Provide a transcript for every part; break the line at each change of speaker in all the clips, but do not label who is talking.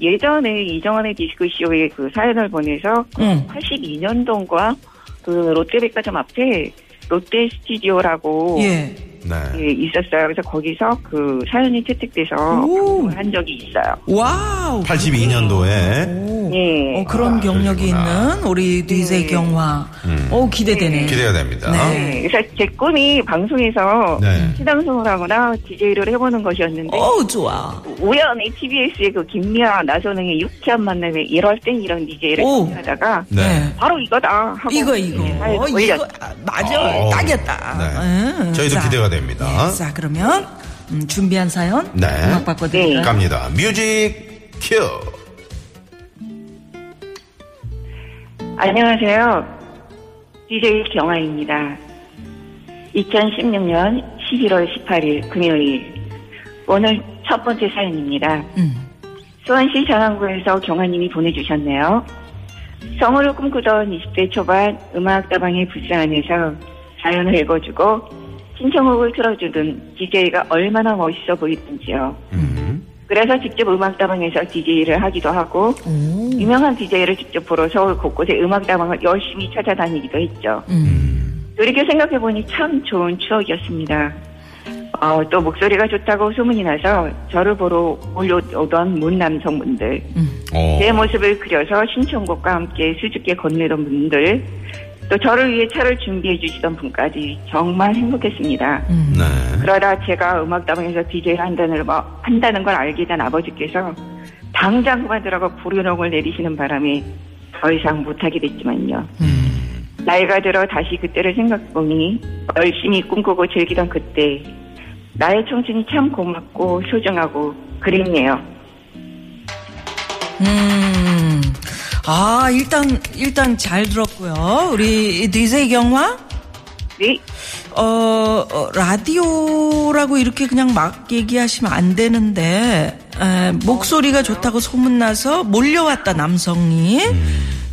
예전에 이정환의 디스크 쇼에 그 사연을 보내서 그
응.
82년동과 그 롯데백화점 앞에 롯데 스튜디오라고
예.
네.
예, 있었어요. 그래서 거기서 그 사연이 채택돼서
오.
방송을 한 적이 있어요.
와우.
82년도에
예.
어, 그런
아,
경력이
그러시구나. 음.
있는 우리 DJ
네.
경화. 어, 기대되네.
기대가 됩니다.
네.
네, 그래서 제 꿈이 방송에서
네.
시방송을 하거나 DJ를 해보는 것이었는데
어우, 좋아.
우연히 TBS의 그 김미아 나선홍의 유쾌한 만남에 이럴 땐 이런 DJ를
오.
하다가
네.
바로 이거다 하고
이거, 이거.
잘
어,
올렸-
이거, 아, 맞아.
어,
딱이었다.
네.
응.
저희도
자.
기대가 됩니다.
네, 자, 그러면 음, 준비한 사연
네.
음악 바꿔드릴까요?
네.
갑니다. 뮤직 큐.
안녕하세요. DJ 경아입니다. 2016년 11월 18일 금요일 오늘 첫 번째 사연입니다.
음.
수원시 장안구에서 경아님이 보내주셨네요. 성우를 꿈꾸던 20대 초반 음악다방의 부스 안에서 사연을 읽어주고 신청곡을 틀어주던 DJ가 얼마나 멋있어 보이던지요. 그래서 직접 음악다방에서 DJ를 하기도 하고 유명한 DJ를 직접 보러 서울 곳곳에 음악다방을 열심히 찾아다니기도 했죠. 돌이켜 생각해보니 참 좋은 추억이었습니다. 어, 또 목소리가 좋다고 소문이 나서 저를 보러 올려오던 문 남성분들,
예.
어.
제 모습을 그려서 신청곡과 함께 수줍게 건네던 분들, 또 저를 위해 차를 준비해 주시던 분까지 정말 행복했습니다.
음.
네.
그러다 제가 음악다방에서 DJ를 한다는, 거- 한다는 걸 알게 된 아버지께서 당장 그만두라고 불효령을 내리시는 바람에 더 이상 못하게 됐지만요. 나이가 들어 다시 그때를 생각해보니 열심히 꿈꾸고 즐기던 그때 나의 청춘이 참 고맙고 소중하고 그립네요.
네.
음. 아, 일단, 일단 잘 들었고요. 우리 DJ 경화?
네,
어, 어, 라디오라고 이렇게 그냥 막 얘기하시면 안 되는데, 에, 목소리가 좋다고 소문나서 몰려왔다, 남성이.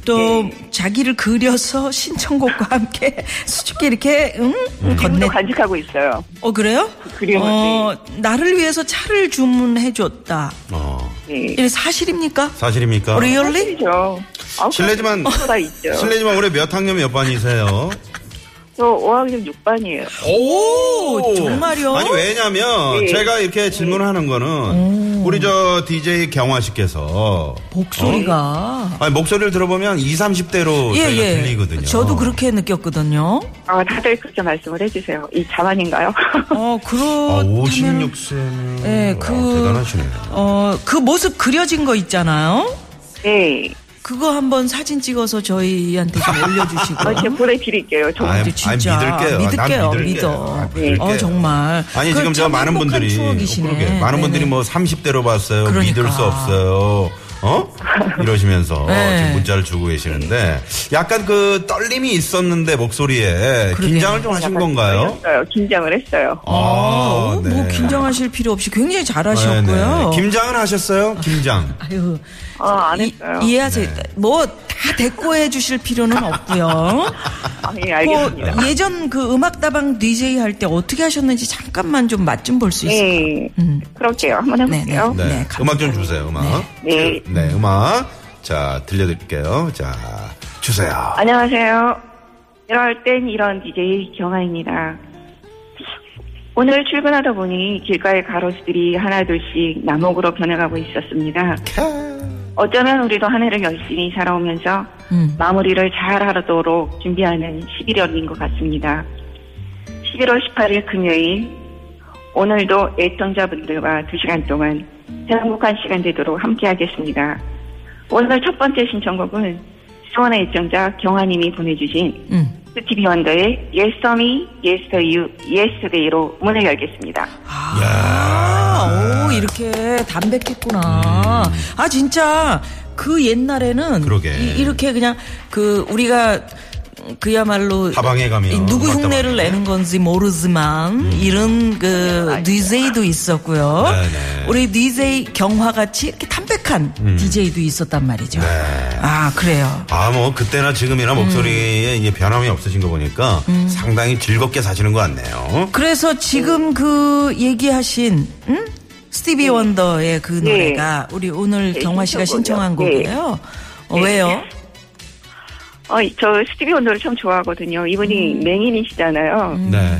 또,
네.
자기를 그려서 신청곡과 함께 수줍게 이렇게, 응?
지금도
음.
건네.
간직하고 있어요.
어, 그래요?
그림을,
어, 나를 위해서 차를 주문해줬다.
어.
네.
이게 사실입니까?
사실입니까?
리얼리? 어.
실례죠. 아우,
실례지만
그거 다 있죠.
실례지만 올해 몇 학년 몇 반이세요?
저 5학년 6반이에요.
오, 정말요?
아니 왜냐면
예.
제가 이렇게 질문하는
음.
거는 우리 저 DJ 경화 씨께서
목소리가.
아니, 목소리를 들어보면 20, 30대로
예,
저희가
예.
들리거든요.
저도 그렇게 느꼈거든요.
아, 다들 그렇게 말씀을 해주세요. 이 자만인가요?
어,
아,
그렇다면
56세면
예, 그-
음, 대단하시네요.
어, 그 모습 그려진 거 있잖아요.
네.
그거 한번 사진 찍어서 저희한테 좀 올려주시고.
어, 제가 보내드릴게요. 저
아. 아이, 아이, 믿을게요.
믿을게요.
난 믿을게요.
믿어.
아,
네.
믿을게요.
어 정말.
아니
그건
지금 저
참
많은
행복한
분들이
추억이시네.
그러게, 많은
네네.
분들이 뭐 30대로 봤어요.
그러니까.
믿을 수 없어요. 어? 이러시면서
네.
지금 문자를 주고 계시는데 약간 그 떨림이 있었는데 목소리에
그러게요.
긴장을 좀 하신 건가요?
했어요. 긴장을 했어요.
아, 아,
어, 뭐 긴장하실 필요 없이 굉장히 잘하셨고요.
네네. 김장은 하셨어요? 김장.
아유,
아, 안
이-
했어요.
이해하세요.
네.
뭐 다 대꾸해 주실 필요는 없고요.
아, 예, 알겠습니다.
그 예전 그 음악다방 DJ 할 때 어떻게 하셨는지 잠깐만 좀 맛 좀 볼 수 있을까요?
네.
음.
그럴게요. 한번 해볼게요.
네.
네,
음악
감사합니다.
좀 주세요. 음악.
네.
네, 음악. 자, 들려드릴게요. 자, 주세요.
안녕하세요. 이럴 땐 이런 DJ 경아입니다. 오늘 출근하다 보니 길가의 가로수들이 하나둘씩 나목으로 변해가고 있었습니다. 어쩌면 우리도 한 해를 열심히 살아오면서
음.
마무리를 잘 하도록 준비하는 11월인 것 같습니다. 11월 18일 금요일, 오늘도 애청자분들과 2시간 동안 행복한 시간 되도록 함께하겠습니다. 오늘 첫 번째 신청곡은 수원의 애청자 경아님이 보내주신
음.
스티비 원더의 Yes for me, Yes for you, Yesterday로 문을 열겠습니다.
아, 오, 이렇게 담백했구나. 아, 진짜 그 옛날에는
음. 그러게.
이, 렇게 그냥 그 우리가 그야말로
다방에 가면
이 누구
음악
흉내를
다방에.
내는 건지 모르지만 이런 그 DJ도 있었고요.
네네. 음.
우리 DJ 경화 같이 이렇게 담백한 DJ도 있었단 말이죠.
네.
아, 그래요.
아, 뭐, 그때나
음.
지금이나 목소리에 이게 변함이 없으신 거 보니까 상당히 즐겁게 사시는 것 같네요.
그래서 지금 그 얘기하신 응? 스티비 원더의 그
네.
노래가 우리 오늘
네,
경화 씨가 신청한
신청곡이요.
곡이에요. 어,
네.
왜요?
어, 저 스티비 원더를 참 좋아하거든요. 이분이
음.
맹인이시잖아요.
네.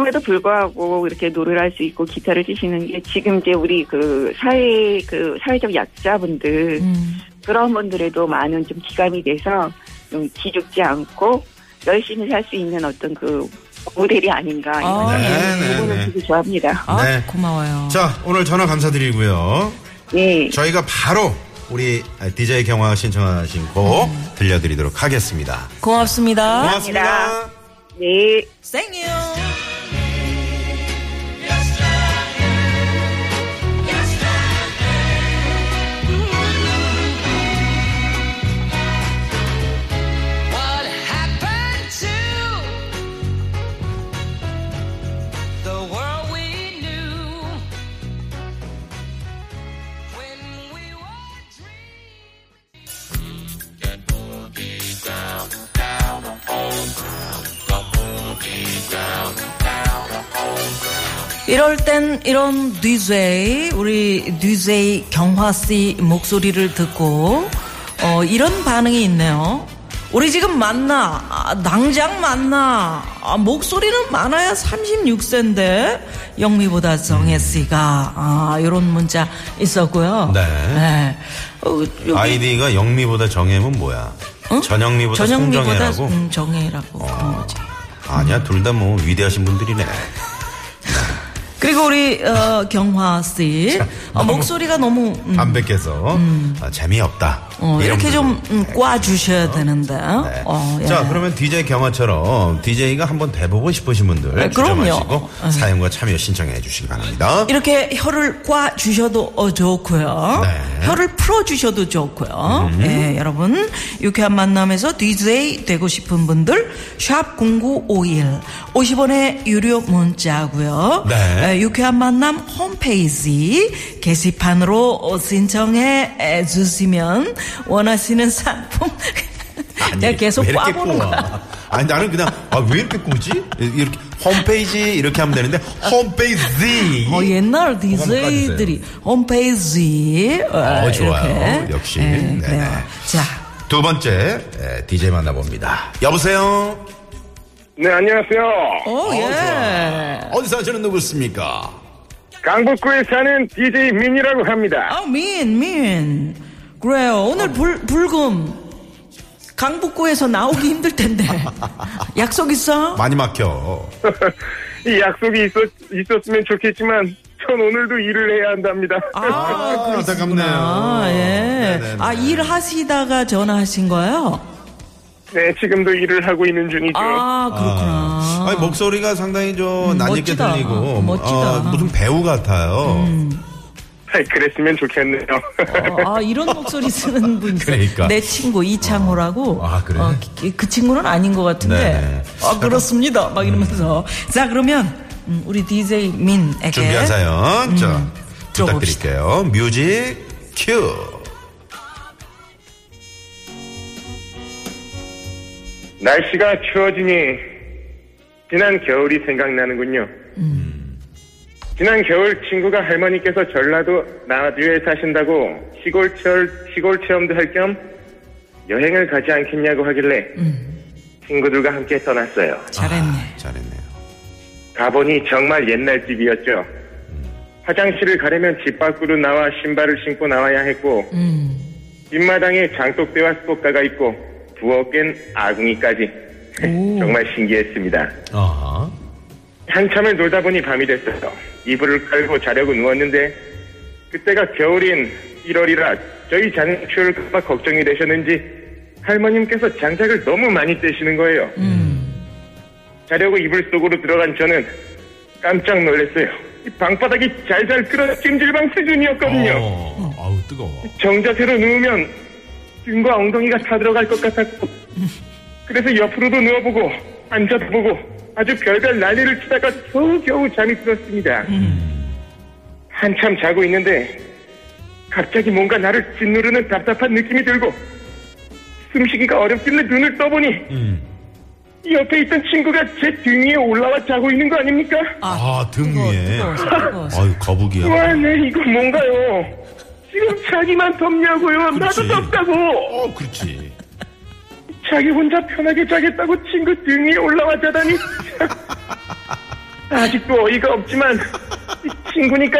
그럼에도 불구하고 이렇게 노래를 할 수 있고 기타를 치시는 게 지금 이제 우리 그 사회 그 사회적 약자분들
음.
그런 분들에도 많은 좀 기감이 돼서 좀 기죽지 않고 열심히 살 수 있는 어떤 그 모델이 아닌가 이런
아,
네, 네,
부분을
네.
되게 좋아합니다.
아,
네.
고마워요.
자, 오늘 전화 감사드리고요.
예.
저희가 바로 우리 DJ 경화 신청하신 곡 들려드리도록 하겠습니다.
고맙습니다.
고맙습니다.
네.
생유.
What happened to the world we knew when we were dreaming?
이럴 땐 이런 DJ 우리 DJ 경화 씨 목소리를 듣고 어, 이런 반응이 있네요. 우리 지금 만나 아, 당장 만나 아, 목소리는 많아야 36세인데 영미보다 정혜 씨가 아, 이런 문자 있었고요.
네.
어, 여기
아이디가 영미보다 정혜면 뭐야?
응?
전영미보다
어? 전영미보다
송정혜라고? 어.
음, 정혜라고 어, 그런 거지.
아니야, 둘 다 뭐 위대하신 분들이네.
음. 그리고 우리 어, 경화 씨 어, 목소리가 너무 음,
담백해서 아, 재미없다.
어, 이렇게
이런
좀 음, 꽈주셔야 되는데.
네.
어, 예.
자, 그러면 DJ 경화처럼 DJ가 한번 돼보고 싶으신 분들
아, 그럼요.
추첨하시고
네.
사연과 참여 신청해 주시기 바랍니다.
이렇게 혀를 꽈 주셔도 어, 좋고요.
네.
혀를 풀어 주셔도 좋고요. 예, 여러분 유쾌한 만남에서 DJ 되고 싶은 분들 샵 #0951 50원의 유료 문자고요.
네.
예, 유쾌한 만남 홈페이지 게시판으로 어, 신청해 에, 주시면 원하시는 상품. 내가 계속
왜 이렇게
꽈보는
꼬아?
거야.
아니 나는 그냥 아, 왜 이렇게 꼬지? 이렇게 홈페이지 이렇게 하면 되는데 홈페이지.
어, 옛날 DJ들이 홈페이지 어,
어, 좋아요.
이렇게.
역시.
예,
네네.
그래요. 자
두 번째 예, DJ 만나봅니다. 여보세요.
네, 안녕하세요.
어,
오, 예.
어디서 하시는 누구십니까?
강북구에 사는 DJ 민이라고 합니다.
아, 민, 민. 그래요. 오늘 불, 불금. 강북구에서 나오기 힘들 텐데. 약속 있어?
많이 막혀.
이 약속이 있었, 으면 좋겠지만, 전 오늘도 일을 해야 한답니다.
아, 안타깝네요.
아, 예.
네네네.
아, 일하시다가 전화하신 거예요?
네, 지금도 일을 하고 있는 중이죠.
아, 그렇구나.
어.
음,
아니, 뭐 목소리가 상당히 저 낯익게
멋지다.
들리고
멋지다. 음,
어, 무슨 배우 같아요.
아이, 그랬으면 좋겠네요.
아, 이런 목소리 쓰는 분 있어요.
그러니까.
내 친구 이창호라고.
아, 그래?
그, 그 친구는 아닌 것 같은데.
네네.
아, 그렇습니다. 막 이러면서. 자, 그러면 음, 우리 DJ 민에게
준비한 사연 자
예. 음, 들어봅시다.
부탁드릴게요. 뮤직 큐.
날씨가 추워지니, 지난 겨울이 생각나는군요. 지난 겨울 친구가 할머니께서 전라도 나주에 사신다고 시골철, 시골 체험도 할 겸 여행을 가지 않겠냐고 하길래 친구들과 함께 떠났어요.
잘했네.
잘했네요.
가보니 정말 옛날 집이었죠. 화장실을 가려면 집 밖으로 나와 신발을 신고 나와야 했고, 뒷마당에 장독대와 수도가가 있고, 부엌엔 아궁이까지. 정말 신기했습니다.
아
한참을 놀다 보니 밤이 됐어요. 이불을 깔고 자려고 누웠는데, 그때가 겨울인 1월이라 저희 자는 추울까봐 걱정이 되셨는지, 할머님께서 장작을 너무 많이 떼시는 거예요.
음.
자려고 이불 속으로 들어간 저는 깜짝 놀랐어요. 이 방바닥이 잘잘 끓어 찜질방 수준이었거든요.
어, 아우 뜨거워.
정자세로 누우면 등과 엉덩이가 다 들어갈 것 같았고 그래서 옆으로도 누워보고 앉아도 보고 아주 별별 난리를 치다가 겨우겨우 잠이 들었습니다. 한참 자고 있는데 갑자기 뭔가 나를 짓누르는 답답한 느낌이 들고 숨쉬기가 어렵길래 눈을 떠보니 옆에 있던 친구가 제 등 위에 올라와 자고 있는 거 아닙니까?
아, 등
뜨거워,
위에.
뜨거워서, 뜨거워서.
아유 거북이야.
와, 네 이거 뭔가요? 지금 자기만 덥냐고요?
그렇지.
나도 덥다고.
어 그렇지.
자기 혼자 편하게 자겠다고 친구 등 위에 올라와 자다니 아직도 어이가 없지만 이 친구니까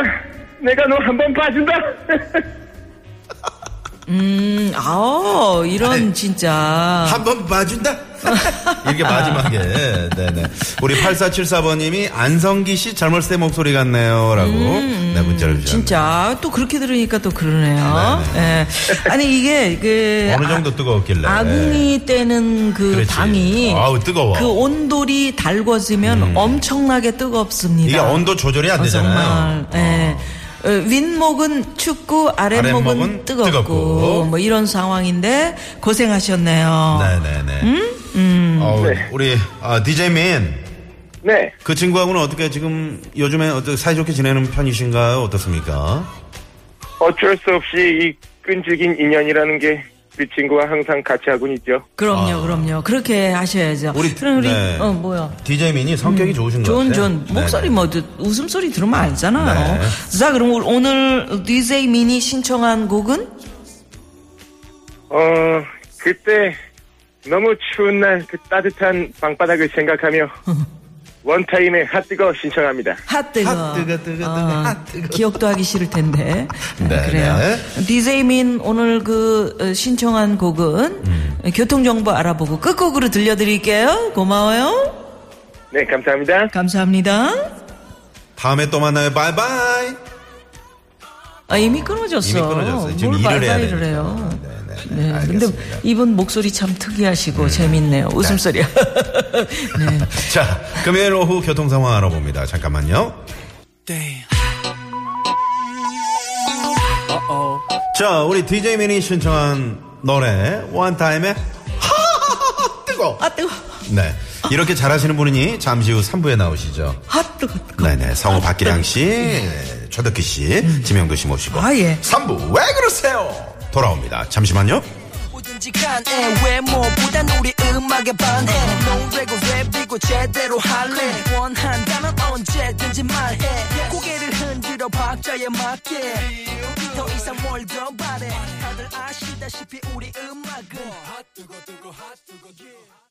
내가 너 한 번 봐준다
음, 아오, 이런 진짜.
한번 봐준다. 이렇게 마지막에 네네 우리 8474번님이 안성기 씨 젊었을 때 목소리 같네요라고 네
음.
문자를 주셨네요. 음.
진짜 또 그렇게 들으니까 또 그러네요. 예. 아니 이게 그
어느 정도 뜨거웠길래.
아, 궁이 때는 그
그렇지.
방이
아우, 뜨거워. 음.
그 온돌이 달궈지면 엄청나게 뜨겁습니다.
이게 온도 조절이
어,
안 되잖아요.
정말. 예. 어, 윗목은 춥고 아랫목은,
아랫목은
뜨겁고,
뜨겁고.
뭐 이런 상황인데 고생하셨네요.
네네네.
음?
어우,
네.
우리 아, DJ 맨.
네
그 친구하고는 어떻게 지금 요즘에 어떻게 사이좋게 지내는 편이신가요? 어떻습니까?
어쩔 수 없이 이 끈질긴 인연이라는 게 그 친구와 항상 같이 하곤 있죠
그럼요, 그럼요. 그렇게 하셔야죠.
아. 우리-
그럼 우리
네.
어 뭐야?
DJ 민이 성격이 좋으신 것
음. 좋은
같아요.
좋은 목소리
네네.
뭐 드- 웃음소리 들으면 알잖아요.
네.
자 그럼 오늘 DJ 민이 신청한 곡은
어 그때 너무 추운 날 그 따뜻한 방바닥을 생각하며 원타임의 핫뜨거 신청합니다
핫뜨거.
핫 뜨거, 뜨거, 뜨거,
아,
핫 뜨거.
기억도 하기 싫을 텐데. 아,
네,
그래요.
네.
DJ 민 오늘 그 어, 신청한 곡은
음.
교통정보 알아보고 끝곡으로 들려드릴게요. 고마워요.
네 감사합니다
감사합니다.
다음에 또 만나요. 바이바이.
아, 이미 끊어졌어.
이미 끊어졌어요.
뭘
지금 일을 해야
바이바이를
되니까.
해요.
네네.
네. 근데
알겠습니다. 음.
이분 목소리 참 특이하시고 재밌네요. 웃음소리. 네.
자, 금요일 오후 교통 상황 알아봅니다. 잠깐만요. 자, 우리 DJ 민이 신청한 노래 원타임의 하하하하 뜨거.
아, 뜨거.
네. 이렇게 잘하시는 분이니 잠시 후 3부에 나오시죠.
아, 뜨거. 뜨거.
네네. 성우 박기량 씨, 네, 최덕기 씨, 지명도 씨 모시고.
아, 예.
3부 왜 그러세요? 돌아옵니다. 잠시만요.
뭐든지 간에 외모보단 우리 음악에 반해 노래고 랩이고 제대로 할래 원한다면 언제든지 말해 고개를 흔들어 박자에 맞게 더 이상 뭘 더 바래 다들 아시다시피 우리 음악은